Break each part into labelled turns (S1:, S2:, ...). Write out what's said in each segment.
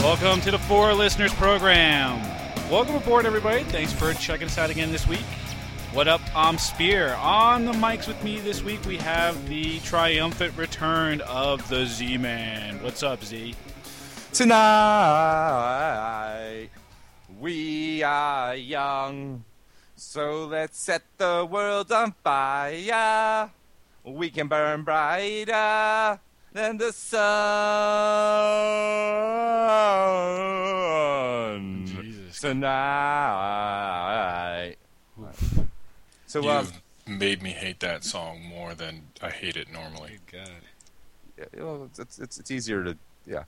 S1: Welcome to the Four Listeners Program. Welcome aboard, everybody. Thanks for checking us out again this week. What up? I'm Spear. On the mics with me this week, we have the triumphant return of the Z Man. What's up, Z?
S2: Tonight we are young, so let's set the world on fire. We can burn brighter than the sun.
S1: Jesus.
S2: Tonight. So,
S3: You
S2: um,
S3: made me hate that song more than I hate it normally.
S1: God.
S2: yeah, well, it's, it's, it's easier to, yeah,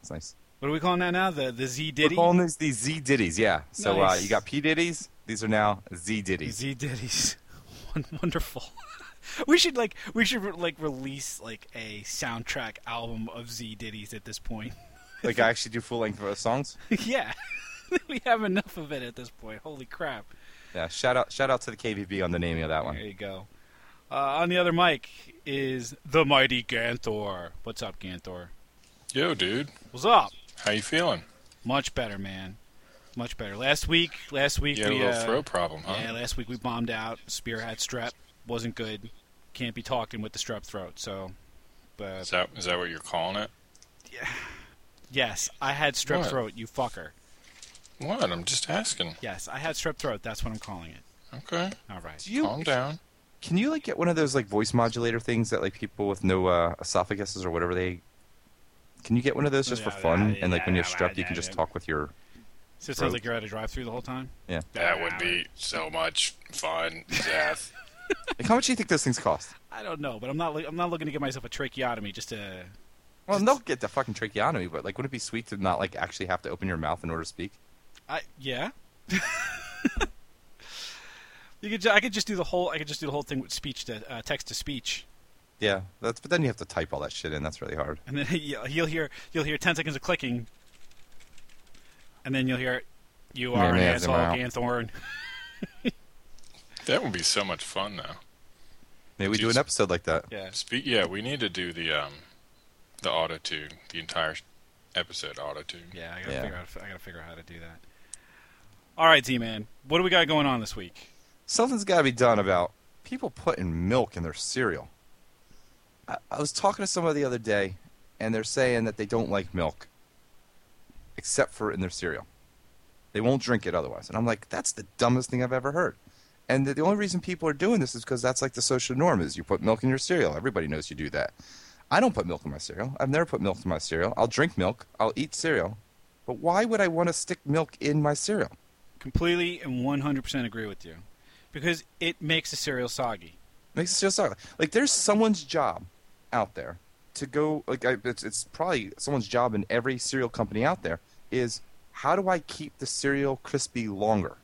S2: it's nice.
S1: What are we calling that now? The the Z
S2: We're
S1: Diddy?
S2: calling these the Z Ditties, yeah. So uh,
S1: Nice.
S2: you got P Ditties. These are now Z Ditties.
S1: Z Diddy's. Won- Wonderful. we should like we should like release like a soundtrack album of Z Diddy's at this point.
S2: like I actually do full length uh, songs.
S1: yeah. we have enough of it at this point. Holy crap.
S2: Yeah. Shout out, shout out to the KVB on the naming of that
S1: There
S2: one.
S1: you go. Uh, on the other mic is the mighty Ganthor. What's up, Ganthor?
S3: Yo, dude,
S1: What's up?
S3: how you feeling?
S1: Much better, man. Much better. Last week, last week
S3: You had a
S1: we
S3: little
S1: uh,
S3: throat problem, huh?
S1: yeah, last week we bombed out. Spear had strep. Wasn't good. Can't be talking with the strep throat. So,
S3: is
S1: but
S3: that is that what you're calling it?
S1: yes, I had strep
S3: What?
S1: throat. You fucker.
S3: What? I'm just asking.
S1: Yes, I had strep throat. That's what I'm calling it.
S3: Okay,
S1: All right.
S2: Do you
S3: calm down.
S2: can you like get one of those like voice modulator things that like people with no uh, esophaguses or whatever they can you get one of those just for
S1: Yeah,
S2: fun
S1: yeah,
S2: and like when
S1: yeah,
S2: you're strep
S1: yeah,
S2: you can just
S1: yeah.
S2: talk with your
S1: So it sounds
S2: Throat.
S1: like you're at a drive-through the whole time.
S2: Yeah.
S3: That would be so much fun, Seth.
S2: like how much do you think those things cost?
S1: I don't know, but I'm not. Li- I'm not looking to get myself a tracheotomy just to
S2: Well, they'll get the fucking tracheotomy, but like, wouldn't it be sweet to not like actually have to open your mouth in order to speak?
S1: I yeah. you could. Ju- I could just do the whole. I could just do the whole thing with speech to uh, text to speech,
S2: Yeah, that's but then you have to type all that shit in. That's really hard.
S1: and then you'll you'll hear you'll hear ten seconds of clicking, and then you'll hear, "You
S2: And
S1: are
S2: then
S1: an
S2: they have them
S1: asshole,
S2: out.
S1: Ganthorn."
S3: that would be so much fun, though.
S2: Maybe we do
S3: Jeez.
S2: an episode like that.
S1: Yeah.
S3: Spe- yeah, we need to do the um, the auto tune, the entire episode auto tune.
S1: Yeah. I gotta
S2: Yeah.
S1: figure out. I gotta figure out how to do that. All right, Z man. What do we got going on this week?
S2: something's got to be done about people putting milk in their cereal. I, I was talking to somebody the other day, and they're saying that they don't like milk, except for in their cereal. They won't drink it otherwise. And I'm like, that's the dumbest thing I've ever heard. And the, the only reason people are doing this is because that's like the social norm is you put milk in your cereal. Everybody knows you do that. I don't put milk in my cereal. I've never put milk in my cereal. I'll drink milk. I'll eat cereal. But why would I want to stick milk in my cereal?
S1: Completely and 100% agree with you, because it makes the cereal soggy.
S2: makes us feel sorry. Like there's someone's job out there to go. Like I, it's, it's probably someone's job in every cereal company out there is how do I keep the cereal crispy longer?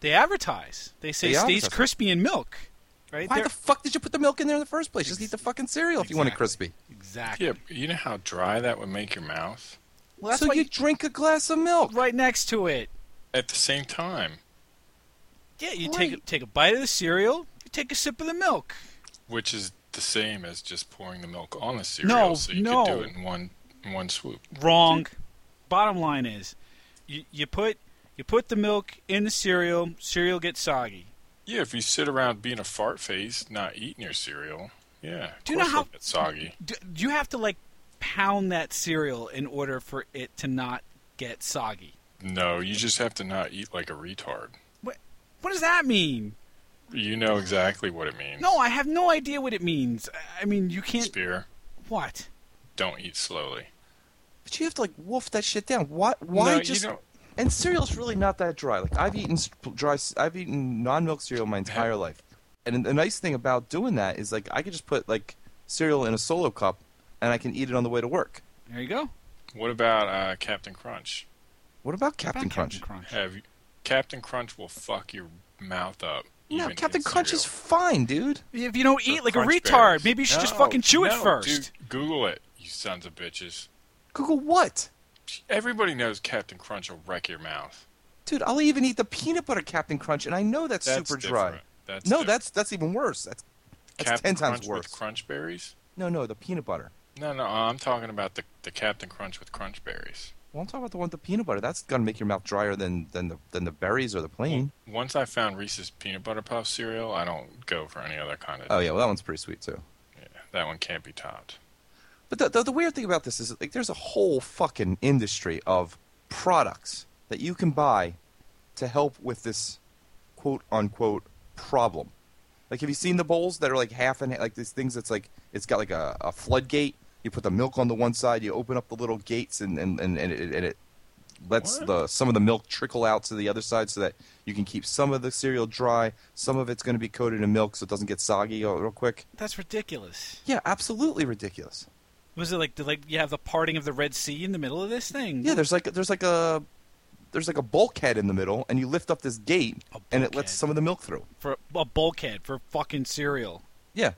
S1: They advertise. They say
S2: They
S1: stays
S2: advertise.
S1: crispy in milk. Right?
S2: Why
S1: They're-
S2: the fuck did you put the milk in there in the first place? Just
S1: Ex-
S2: eat the fucking cereal if you want it
S1: Exactly.
S2: crispy.
S1: Exactly.
S3: Yeah, but you know how dry that would make your mouth
S1: Well, that's
S2: so
S1: why
S2: you
S1: you-
S2: drink a glass of milk.
S1: right next to it.
S3: at the same time.
S1: Yeah, you
S2: Right.
S1: take a, take a bite of the cereal. You take a sip of the milk.
S3: Which is the same as just pouring the milk on the cereal,
S1: No,
S3: so you
S1: no.
S3: could do it in one in one swoop.
S1: Wrong. Bottom line is, you you put you put the milk in the cereal. Cereal gets soggy.
S3: Yeah, if you sit around being a fart face, not eating your cereal, yeah, of
S1: Do you know
S3: course
S1: how-
S3: it'll get soggy.
S1: Do, you have to like pound that cereal in order for it to not get soggy.
S3: No, you just have to not eat like a retard.
S1: What does that mean?
S3: You know exactly what it means.
S1: No, I have no idea what it means. I- I mean, you can't.
S3: Spear,
S1: What?
S3: don't eat slowly.
S2: But you have to like wolf that shit down. Why? Why
S3: No, you
S2: just?
S3: don't-
S2: And cereal's really not that dry. Like I've eaten s- dry, s- I've eaten non-milk cereal my entire life. And the nice thing about doing that is like I could just put like cereal in a solo cup, and I can eat it on the way to work.
S1: There you go.
S3: What about uh, Captain Crunch?
S2: What about Captain
S1: Back
S2: Crunch?
S1: Crunch.
S3: Have you... Captain Crunch will fuck your mouth up.
S2: No,
S3: even
S2: Captain
S3: in
S2: Crunch is
S3: cereal.
S2: fine, dude.
S1: If you don't
S3: Or
S1: eat like a
S3: Crunch
S1: retard,
S3: Berries.
S1: maybe you should just
S3: No,
S1: fucking chew it
S3: no,
S1: first.
S3: dude, Google it, you sons of bitches.
S2: Google what?
S3: Everybody knows Captain Crunch will wreck your mouth.
S2: Dude, I'll even eat the peanut butter Captain Crunch, and I know that's,
S3: That's
S2: super dry.
S3: different. That's
S2: no,
S3: different.
S2: that's that's even worse. That's that's ten
S3: Captain
S2: times
S3: Crunch
S2: worse.
S3: With crunch berries?
S2: no, no, the peanut butter.
S3: No, no, I'm talking about the, the Captain Crunch with crunch berries.
S2: Well, I'm talking about the one with the peanut butter. That's gonna make your mouth drier than than the than the berries or the plain.
S3: Once I found Reese's peanut butter puff cereal, I don't go for any other kind of.
S2: Oh yeah, well that one's pretty sweet too.
S3: yeah, that one can't be topped.
S2: But the, the, the weird thing about this is like there's a whole fucking industry of products that you can buy to help with this quote unquote problem. Like, have you seen the bowls that are like half and like these things that's like it's got like a, a floodgate. You put the milk on the one side, you open up the little gates, and and and, and, it, and it lets
S3: What?
S2: the some of the milk trickle out to the other side so that you can keep some of the cereal dry. Some of it's going to be coated in milk so it doesn't get soggy uh, real quick.
S1: That's ridiculous.
S2: Yeah, absolutely ridiculous.
S1: Was it like did, like you have the parting of the Red Sea in the middle of this thing?
S2: Yeah, there's like there's like a there's like a bulkhead in the middle, and you lift up this gate,
S1: A
S2: and it
S1: bulkhead.
S2: lets some of the milk through.
S1: for a bulkhead for fucking cereal.
S2: Yeah,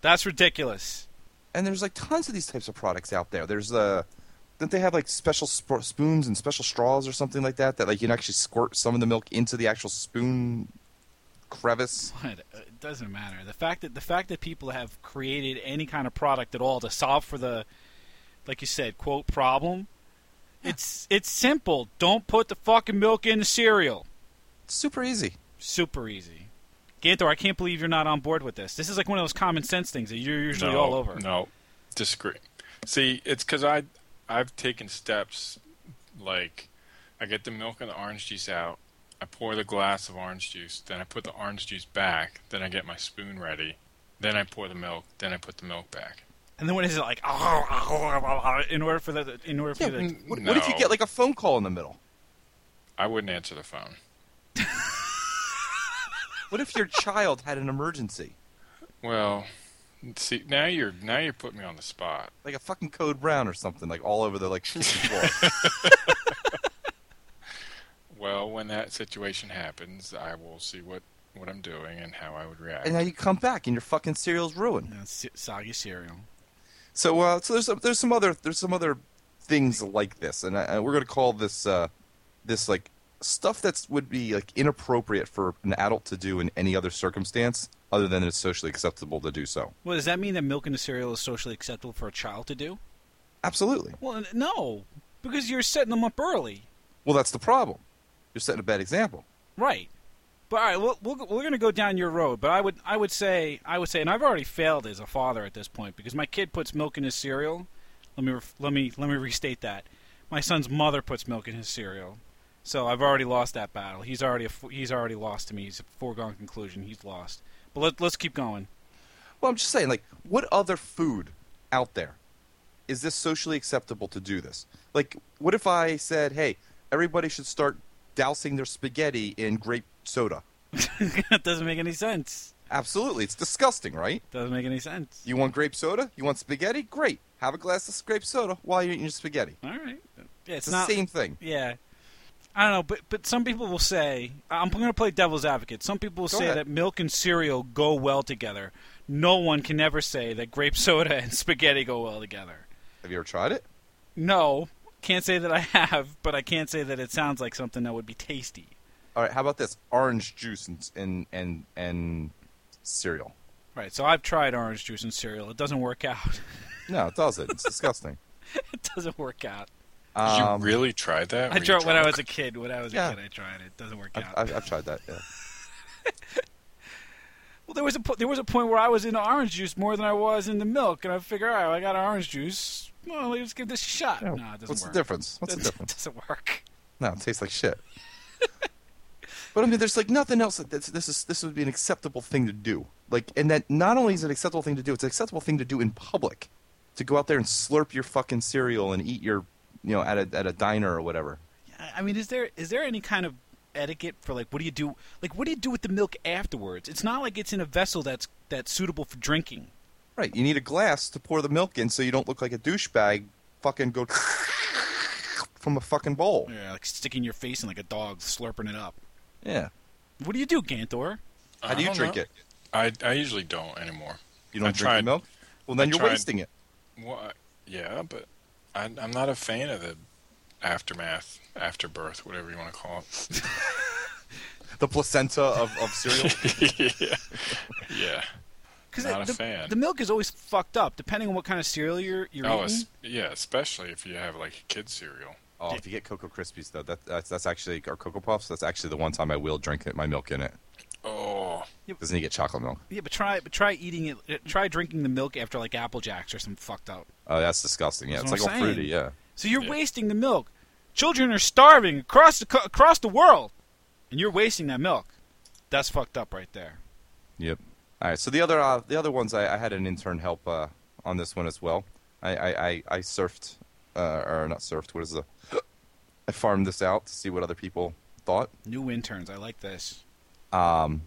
S1: That's ridiculous.
S2: and there's like tons of these types of products out there. There's uh, don't they have like special sp- spoons and special straws or something like that that like you can actually squirt some of the milk into the actual spoon crevice?
S1: What? uh, It doesn't matter. The fact that the fact that people have created any kind of product at all to solve for the, like you said, quote problem. It's it's simple. Don't put the fucking milk in the cereal.
S2: It's super easy.
S1: Super easy. Ganthor, I can't believe you're not on board with this. This is like one of those common sense things that you're usually
S3: no,
S1: all over.
S3: No, disagree. See, it's because I I've taken steps like I get the milk and the orange juice out. I pour the glass of orange juice, then I put the orange juice back, then I get my spoon ready, then I pour the milk, then I put the milk back.
S1: And then what is it like? In order for the in order for
S2: Yeah.
S1: the
S2: What, what if you
S3: No.
S2: get like a phone call in the middle?
S3: I wouldn't answer the phone.
S2: What if your child had an emergency,
S3: Well, see, now you're now you're putting me on the spot.
S2: like a fucking Code Brown or something, like all over the like kitchen floor?
S3: Well, when that situation happens, I will see what what I'm doing and how I would react.
S2: and now you come back and your fucking cereal's ruined.
S1: Yeah, it's uh, soggy cereal.
S2: So, uh, so there's some, there's some other there's some other things like this, and I, I- we're gonna call this uh, this like stuff that's would be like inappropriate for an adult to do in any other circumstance other than it's socially acceptable to do so.
S1: Well, does that mean that milk in a cereal is socially acceptable for a child to do?
S2: Absolutely.
S1: Well, n- no, because you're setting them up early,
S2: Well, that's the problem. You're setting a bad example.
S1: right? But all right, we'll, we'll, we're going to go down your road. But I would, I would say, I would say, and I've already failed as a father at this point because my kid puts milk in his cereal. Let me, ref- let me, let me restate that. My son's mother puts milk in his cereal, so I've already lost that battle. He's already, a, fo- he's already lost to me. He's a foregone conclusion. He's lost. But let, let's keep going.
S2: Well, I'm just saying, like, what other food out there is this socially acceptable to do this? Like, what if I said, hey, everybody should start dousing their spaghetti in grape soda?
S1: that doesn't make any sense.
S2: Absolutely, it's disgusting, right?
S1: Doesn't make any sense.
S2: You want grape soda? You want spaghetti? Great. Have a glass of grape soda while you're eating your spaghetti.
S1: All right. Yeah,
S2: It's,
S1: it's
S2: the
S1: not
S2: same thing.
S1: Yeah. I don't know, but but some people will say I'm going to play devil's advocate. Some people will
S2: Go
S1: say
S2: ahead.
S1: that milk and cereal go well together. No one can ever say that grape soda and spaghetti go well together.
S2: Have you ever tried it?
S1: No, can't say that I have, but I can't say that it sounds like something that would be tasty.
S2: All right. How about this? Orange juice and and and, and cereal.
S1: Right. So I've tried orange juice and cereal. It doesn't work out.
S2: No, it doesn't. It's disgusting.
S1: it doesn't work out.
S3: Did
S2: Um,
S3: you really tried that?
S1: I
S3: Were you
S1: tried when I
S3: drunk?
S1: was a kid. When I was
S2: Yeah.
S1: a kid, I tried it. It doesn't work
S2: I've,
S1: out.
S2: I've, I've tried that. Yeah.
S1: Well, there was a po- there was a point where I was into orange juice more than I was into milk, and I figure, all right, I got orange juice. Well, let's give this a shot. No, it doesn't
S2: What's
S1: work.
S2: the difference? What's the
S1: That's-
S2: difference?
S1: doesn't work.
S2: No, it tastes like shit. but I mean, there's like nothing else. That this, this is this would be an acceptable thing to do. Like, and that not only is it an acceptable thing to do, it's an acceptable thing to do in public. To go out there and slurp your fucking cereal and eat your, you know, at a at a diner or whatever.
S1: I- I mean, is there is there any kind of etiquette for like what do you do like what do you do with the milk afterwards? It's not like it's in a vessel that's that's suitable for drinking.
S2: Right. You need a glass to pour the milk in so you don't look like a douchebag. Fucking go from a fucking bowl.
S1: Yeah, like sticking your face in like a dog, slurping it up.
S2: Yeah.
S1: What do you do, Gantor?
S2: How do
S3: I
S2: you
S3: don't
S2: drink
S3: know.
S2: it?
S3: I I usually don't anymore.
S2: You don't
S3: I
S2: drink the
S3: tried-
S2: milk. Well, then
S3: I
S2: you're
S3: tried-
S2: wasting it.
S3: Well, I- yeah, but I, I'm not a fan of the aftermath, afterbirth, whatever you want to call it.
S2: The placenta of, of cereal.
S3: yeah, yeah.
S1: Because
S3: Not a
S1: the,
S3: fan.
S1: the milk is always fucked up, depending on what kind of cereal you're you're eating.
S3: Oh, es- yeah, especially if you have like kid cereal.
S2: Oh, if you get Cocoa Krispies though, that, that's that's actually or Cocoa Puffs. That's actually the one time I will drink it, my milk in it.
S3: Oh,
S2: Doesn't he get chocolate milk?
S1: Yeah, but try but try eating it. uh, Try drinking the milk after like Apple Jacks or some fucked up.
S2: Oh, that's disgusting. Yeah,
S1: That's
S2: it's
S1: what
S2: like
S1: I'm
S2: all
S1: saying.
S2: fruity. Yeah.
S1: So you're
S3: Yeah.
S1: wasting the milk. Children are starving across the co- across the world, and you're wasting that milk. That's fucked up right there.
S2: Yep. All right. So the other uh, the other ones, I, I had an intern help uh, on this one as well. I I, I, I surfed uh, or not surfed. What is the? I farmed this out to see what other people thought.
S1: New interns, I like this.
S2: Um,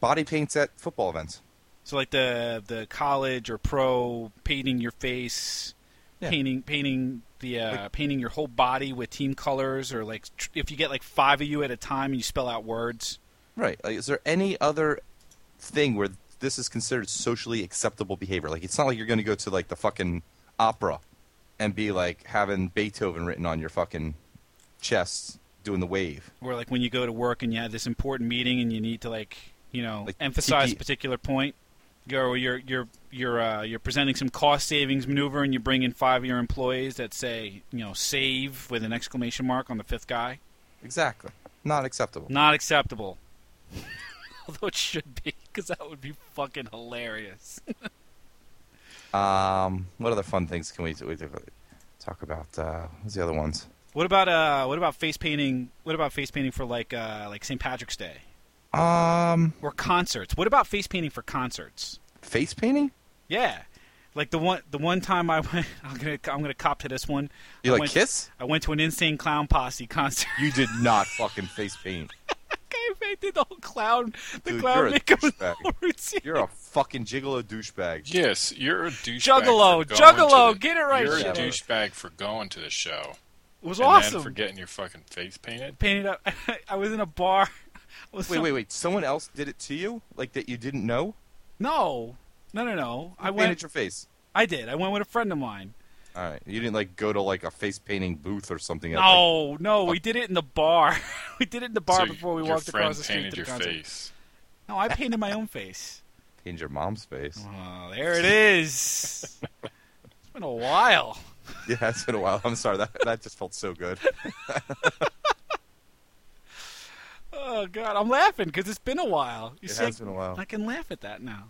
S2: body paints at football events.
S1: So like the the college or pro painting your face,
S2: Yeah.
S1: painting painting the uh, painting your whole body with team colors, or like tr- if you get like five of you at a time and you spell out words.
S2: Right. Like, is there any other thing where this is considered socially acceptable behavior? Like, it's not like you're going to go to like the fucking opera and be like having Beethoven written on your fucking chest doing the wave.
S1: Or like when you go to work and you have this important meeting and you need to like you know
S2: Like
S1: emphasize
S2: TP
S1: a particular point. Go you're you're you're uh, you're presenting some cost savings maneuver and you bring in five of your employees that say you know save with an exclamation mark on the fifth guy.
S2: Exactly. Not acceptable.
S1: Not acceptable. Although it should be, because that would be fucking hilarious.
S2: Um, what other fun things can we, we do- talk about? Uh, what's the other ones?
S1: What about uh? What about face painting? What about face painting for like uh like St. Patrick's Day
S2: Um,
S1: or concerts? What about face painting for concerts?
S2: face painting?
S1: Yeah, like the one the one time I went, I'm gonna I'm gonna cop to this one.
S2: You
S1: I
S2: like
S1: went-
S2: kiss?
S1: I went to an Insane Clown Posse concert.
S2: You did not fucking face paint.
S1: I did the whole clown the
S2: Dude, you're
S1: clown
S2: a
S1: makeup and
S2: douchebag.
S1: whole routine.
S2: You're a fucking gigolo douchebag.
S3: yes, you're a douchebag.
S1: Juggalo,
S3: for going
S1: juggalo,
S3: to the-
S1: get it right,
S3: You're
S2: shit.
S3: a douchebag for going to the show
S1: It was
S3: and
S1: awesome.
S3: then for getting your fucking face painted.
S1: Painted up. I was in a bar. I was
S2: Wait,
S1: some-
S2: wait, wait. Someone else did it to you? Like that you didn't know?
S1: No, no, no, no. I
S2: Who
S1: went.
S2: painted your face.
S1: I did. I went with a friend of mine.
S2: All right. You didn't like go to like a face painting booth or something. at, like-
S1: No, no, we did it in the bar. we did it in the bar
S3: So
S1: before we
S3: your
S1: walked
S3: friend
S1: across the street
S3: painted
S1: to the
S3: your
S1: concert.
S3: face.
S1: No, I painted my own face.
S2: paint your mom's face.
S1: Oh, there it is. it's been a while.
S2: yeah, it's been a while. I'm sorry. That that just felt so good.
S1: Oh God, I'm laughing because it's been a while. You
S2: It
S1: see,
S2: has been a while.
S1: I can laugh at that now.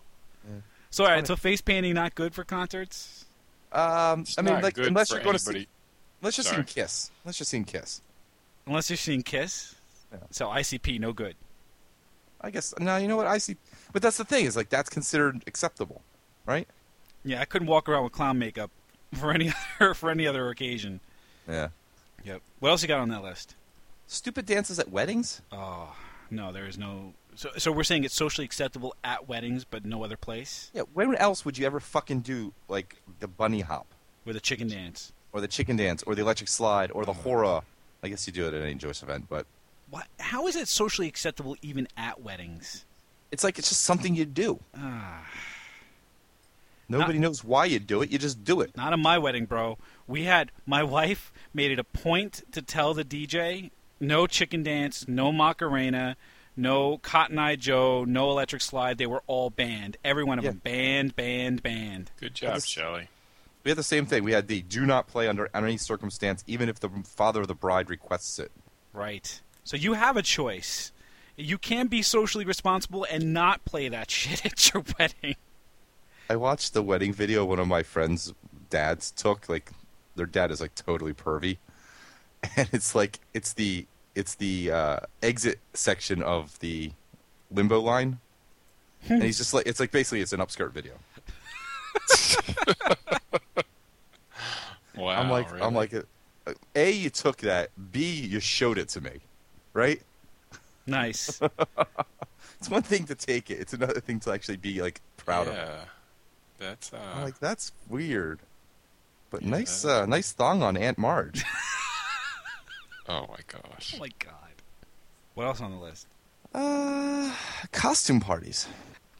S2: Yeah.
S1: So all right, so face painting not good for concerts.
S2: Um,
S3: It's
S2: I mean,
S3: not
S2: like
S3: good
S2: unless
S3: for
S2: you're going to
S3: anybody.
S2: see, let's just
S3: Sorry.
S2: sing Kiss. Let's just sing Kiss.
S1: Unless you're seeing Kiss.
S2: Yeah.
S1: So ICP, no good.
S2: I guess. Now you know what I see, but that's the thing is like that's considered acceptable, right?
S1: Yeah, I couldn't walk around with clown makeup for any other for any other occasion.
S2: Yeah.
S1: Yep. What else you got on that list?
S2: Stupid dances at weddings.
S1: Oh no, there is no. So, so we're saying it's socially acceptable at weddings, but no other place
S2: Yeah. When else would you ever fucking do like the bunny hop
S1: with a chicken dance.
S2: or the chicken dance or the electric slide or the hora? I guess you do it at any Joyce event, but
S1: What? How is it socially acceptable even at weddings?
S2: it's like it's just something you do.
S1: Ah,
S2: Nobody knows why you do it. You just do it.
S1: not on my wedding, bro. We had my wife made it a point to tell the DJ no chicken dance, no Macarena, no Cotton Eye Joe, no Electric Slide. They were all banned. Every one of
S2: Yeah.
S1: them banned, banned, banned.
S3: Good job,
S2: That's-
S3: Shelley.
S2: We had the same thing. We had the do not play under any circumstance, even if the father of the bride requests it.
S1: Right. So you have a choice. You can be socially responsible and not play that shit at your wedding.
S2: I watched the wedding video one of my friends' dads took. Like, their dad is like totally pervy, and it's like it's the it's the uh, exit section of the limbo line, and he's just like it's like basically it's an upskirt video.
S3: Wow.
S2: I'm like
S3: really?
S2: I'm like, uh, a you took that, b you showed it to me, right?
S1: Nice.
S2: It's one thing to take it; it's another thing to actually be like proud of. it.
S3: yeah. That's uh,
S2: I'm like, that's weird. But
S3: Yeah,
S2: nice,
S3: that
S2: uh, nice thong on Aunt Marge.
S3: oh my gosh.
S1: oh my god. What else on the list?
S2: uh, costume parties.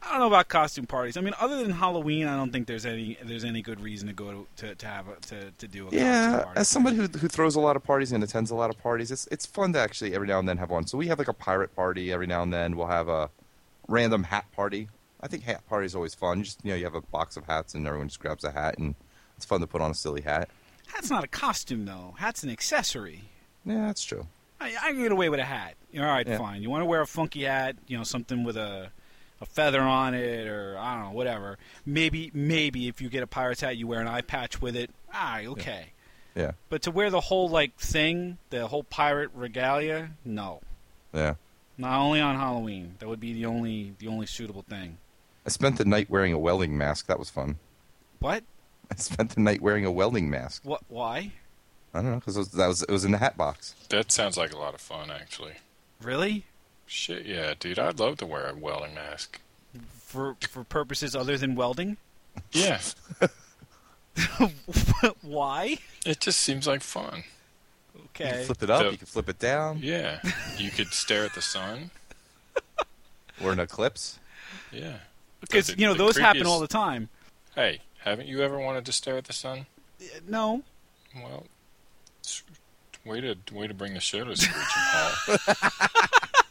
S1: I don't know about costume parties. I mean, other than Halloween, I don't think there's any there's any good reason to go to to, to have a, to to do a costume
S2: Yeah,
S1: party.
S2: as somebody who who throws a lot of parties and attends a lot of parties, it's it's fun to actually every now and then have one. So we have like a pirate party every now and then. We'll have a random hat party. I think hat party is always fun. You just you know you have a box of hats and everyone just grabs a hat and it's fun to put on a silly hat.
S1: Hat's not a costume though. Hat's an accessory.
S2: Yeah, that's true.
S1: I, I can get away with a hat. All right,
S2: Yeah.
S1: fine. You want to wear a funky hat, you know, something with a a feather on it, or I don't know, whatever. Maybe, maybe if you get a pirate's hat, you wear an eye patch with it. Ah, okay.
S2: Yeah.
S1: But to wear the whole like thing, the whole pirate regalia, no.
S2: Yeah.
S1: Not only on Halloween. That would be the only the only suitable thing.
S2: I spent the night wearing a welding mask. That was fun.
S1: What?
S2: I spent the night wearing a welding mask.
S1: What? Why?
S2: I don't know because that was it was in the hat box.
S3: That sounds like a lot of fun, actually.
S1: Really?
S3: Shit, yeah, dude. I'd love to wear a welding mask.
S1: For for purposes other than welding?
S3: Yeah,
S1: Why?
S3: it just seems like fun.
S2: You can
S1: Okay.
S2: flip it up,
S3: So-
S2: you can flip it down,
S3: Yeah, you could stare at the sun.
S2: or an eclipse.
S3: Yeah.
S1: Because
S3: The-
S1: you know
S3: the
S1: those happen
S3: creepiest-
S1: all the time.
S3: Hey, haven't you ever wanted to stare at the sun?
S1: Uh, No.
S3: Well, it's- way to way to bring the show to a screeching halt.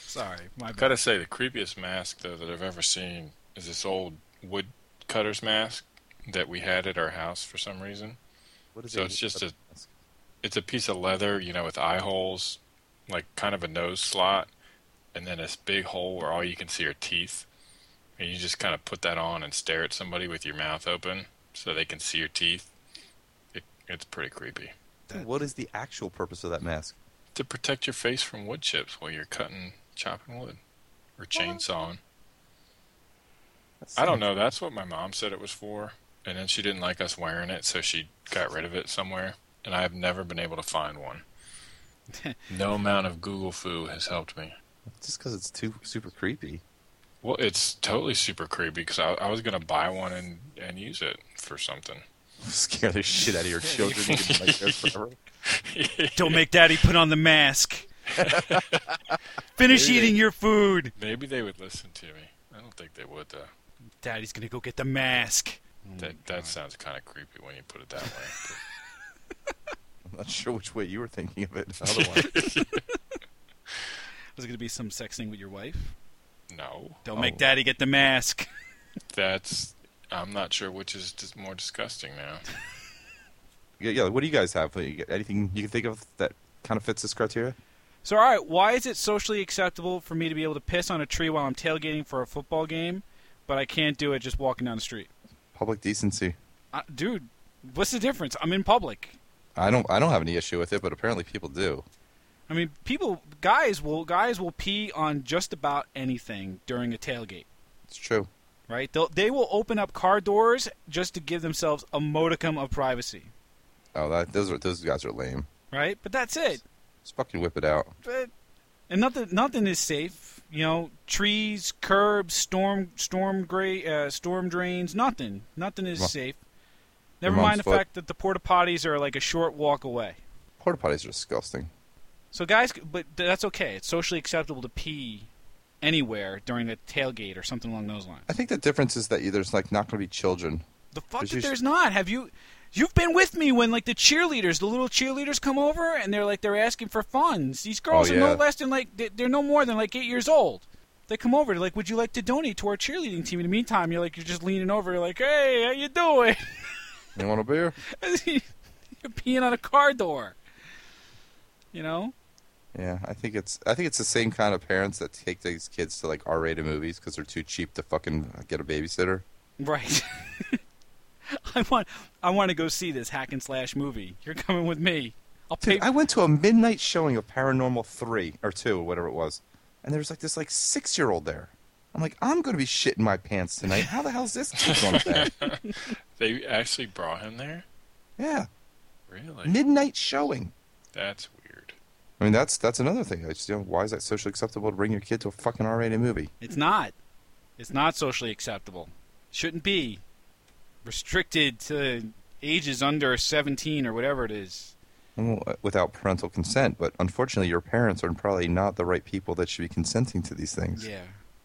S1: Sorry, my
S3: I
S1: bad.
S3: gotta say, the creepiest mask though that I've ever seen is this old wood cutter's mask that we had at our house for some reason.
S2: What is
S3: So
S2: it?
S3: it's just a it's a piece of leather, you know, with eye holes, like kind of a nose slot, and then this big hole where all you can see are teeth. And you just kind of put that on and stare at somebody with your mouth open so they can see your teeth. It, it's pretty creepy.
S2: What is the actual purpose of that mask?
S3: To protect your face from wood chips while you're cutting, chopping wood, or chainsawing.
S2: That's-
S3: I don't know. That's what my mom said it was for. And then she didn't like us wearing it, so she got rid of it somewhere. And I have never been able to find one. no amount of Google foo has helped me.
S2: Just because it's too super creepy.
S3: Well, it's totally super creepy because I, I was gonna buy one and, and use it for something.
S2: Scare the shit out of your children. You can like there forever.
S1: Don't make daddy put on the mask. Finish
S3: Maybe they-
S1: eating your food.
S3: Maybe they would listen to me. I don't think they would though.
S1: Daddy's gonna go get the mask.
S3: That that sounds kind of creepy when you put it that way.
S2: I'm not sure which way you were thinking of it. Otherwise,
S1: Was it gonna be some sexting with your wife?
S3: But no,
S1: Don't
S2: Oh.
S1: make daddy get the mask.
S3: that's I'm not sure which is dis- more disgusting now.
S2: yeah, yeah. What do you guys have? You got Anything you can think of that kind of fits this criteria?
S1: So, all right, why is it socially acceptable for me to be able to piss on a tree while I'm tailgating for a football game, but I can't do it just walking down the street?
S2: Public decency.
S1: Uh, dude, what's the difference? I'm in public.
S2: I don't. I don't have any issue with it, but apparently people do.
S1: I mean, people, guys will guys will pee on just about anything during a tailgate,
S2: It's true.
S1: right? They'll, they will open up car doors just to give themselves a modicum of privacy,
S2: Oh, that, those are those guys are lame.
S1: right? But that's it.
S2: Just fucking whip it out.
S1: But, and nothing nothing is safe. You know, trees, curbs, storm storm gra- uh, storm drains, nothing. Nothing is
S2: Well,
S1: safe. Never
S2: your mom's
S1: mind the
S2: foot.
S1: fact that the porta potties are like a short walk away.
S2: Porta potties are disgusting.
S1: So guys, c- but th- that's okay. It's socially acceptable to pee anywhere during a tailgate or something along those lines.
S2: I think the difference is that there's like not going to be children.
S1: The fuck
S2: But
S1: that
S2: you sh-
S1: there's not. Have you? You've been with me when like the cheerleaders, the little cheerleaders come over and they're like they're asking for funds. These girls
S2: Oh,
S1: are no
S2: yeah.
S1: less than like they- they're no more than like eight years old. They come over, they're like, "Would you like to donate to our cheerleading team?" In the meantime, you're like you're just leaning over, you're like, "Hey, how you doing?"
S2: You want a beer?
S1: you're peeing on a car door. You know?
S2: Yeah, I think it's I think it's the same kind of parents that take these kids to like R-rated movies because they're too cheap to fucking get a babysitter.
S1: Right. I want I want to go see this hack and slash movie. You're coming with me. I'll pay.
S2: Dude, I went to a midnight showing of Paranormal Three or Two or whatever it was, and there was like this like six-year-old there. I'm like, I'm going to be shitting my pants tonight. How the hell is this kid going to bed?
S3: They actually brought him there.
S2: Yeah,
S3: Really?
S2: midnight showing.
S3: That's weird.
S2: I mean, that's that's another thing. I just you know, why is that socially acceptable to bring your kid to a fucking R-rated movie?
S1: It's not. It's not socially acceptable. Shouldn't be restricted to ages under 17 or whatever it is.
S2: Well, without parental consent, but unfortunately, your parents are probably not the right people that should be consenting to these things.
S1: Yeah.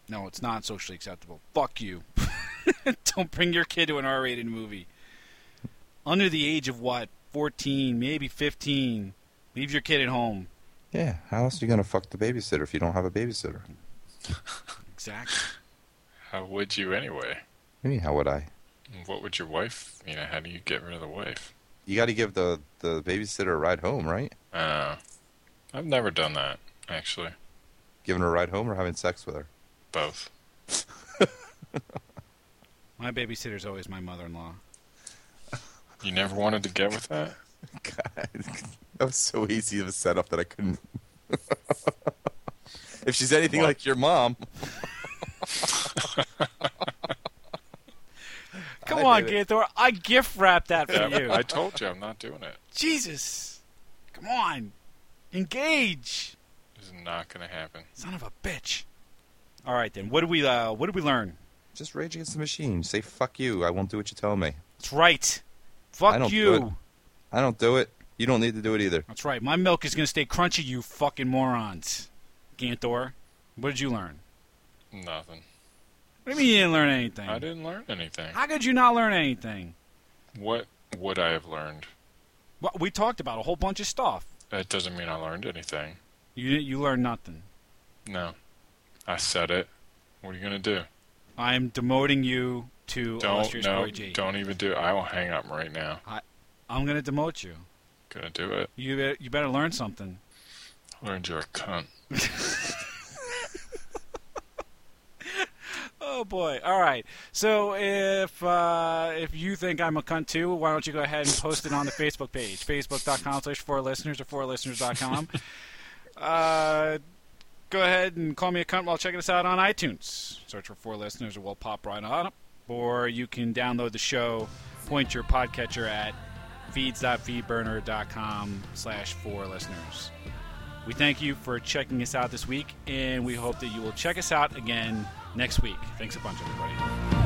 S1: No, it's not socially acceptable. Fuck you. Don't bring your kid to an R-rated movie. Under the age of what? 14, maybe 15. Leave your kid at home.
S2: Yeah, how else are you gonna fuck the babysitter if you don't have a babysitter? What
S1: Exactly.
S3: How would you anyway?
S2: do you mean, how would I?
S3: What would your wife? You know, how do you get rid of the wife?
S2: You got to give the the babysitter a ride home, right?
S3: Uh, I've never done that actually.
S2: Giving her a ride home or having sex with her?
S3: Both.
S1: My babysitter's always my mother-in-law.
S3: You never wanted to get with that?
S2: God, that was so easy of a setup that I couldn't. if she's anything
S3: What?
S2: like your mom,
S1: Come
S2: I
S1: on,
S2: did it.
S1: Gator. I gift wrapped that for
S3: Yeah,
S1: you.
S3: I told you I'm not doing it.
S1: Jesus. Come on. Engage.
S3: It's not going to happen.
S1: Son of a bitch. All right then. What did we uh, what did we learn?
S2: just rage against the machine. Say fuck you. I won't do what you tell me.
S1: That's right.
S2: I
S1: Fuck
S2: don't
S1: you.
S2: do it. I don't do it. You don't need to do it either.
S1: That's right. My milk is going to stay crunchy, you fucking morons. Ganthor, what did you learn?
S3: Nothing.
S1: What do you mean you didn't learn anything?
S3: I didn't learn anything.
S1: How could you not learn anything?
S3: What would I have learned?
S1: Well, we talked about a whole bunch of stuff.
S3: That doesn't mean I learned anything.
S1: You you learned nothing.
S3: No. I said it. What are you going to do?
S1: I'm demoting you to
S3: Don't
S1: illustrious
S3: no,
S1: Corey G.
S3: don't even do. I will hang up right now.
S1: I'm going to demote you.
S3: Gonna do it.
S1: You be- you better learn something.
S3: Learned you're a cunt.
S1: Oh boy! All right. So if uh, if you think I'm a cunt too, why don't you go ahead and post it on the Facebook page, facebook.com/slash four listeners or fourlisteners.com. uh, go ahead and call me a cunt while checking us out on iTunes. Search for four listeners, or we'll pop right up. Or you can download the show, point your podcatcher at feeds.feedburner.com/slash four listeners. We thank you for checking us out this week, and we hope that you will check us out again next week. Thanks a bunch, everybody.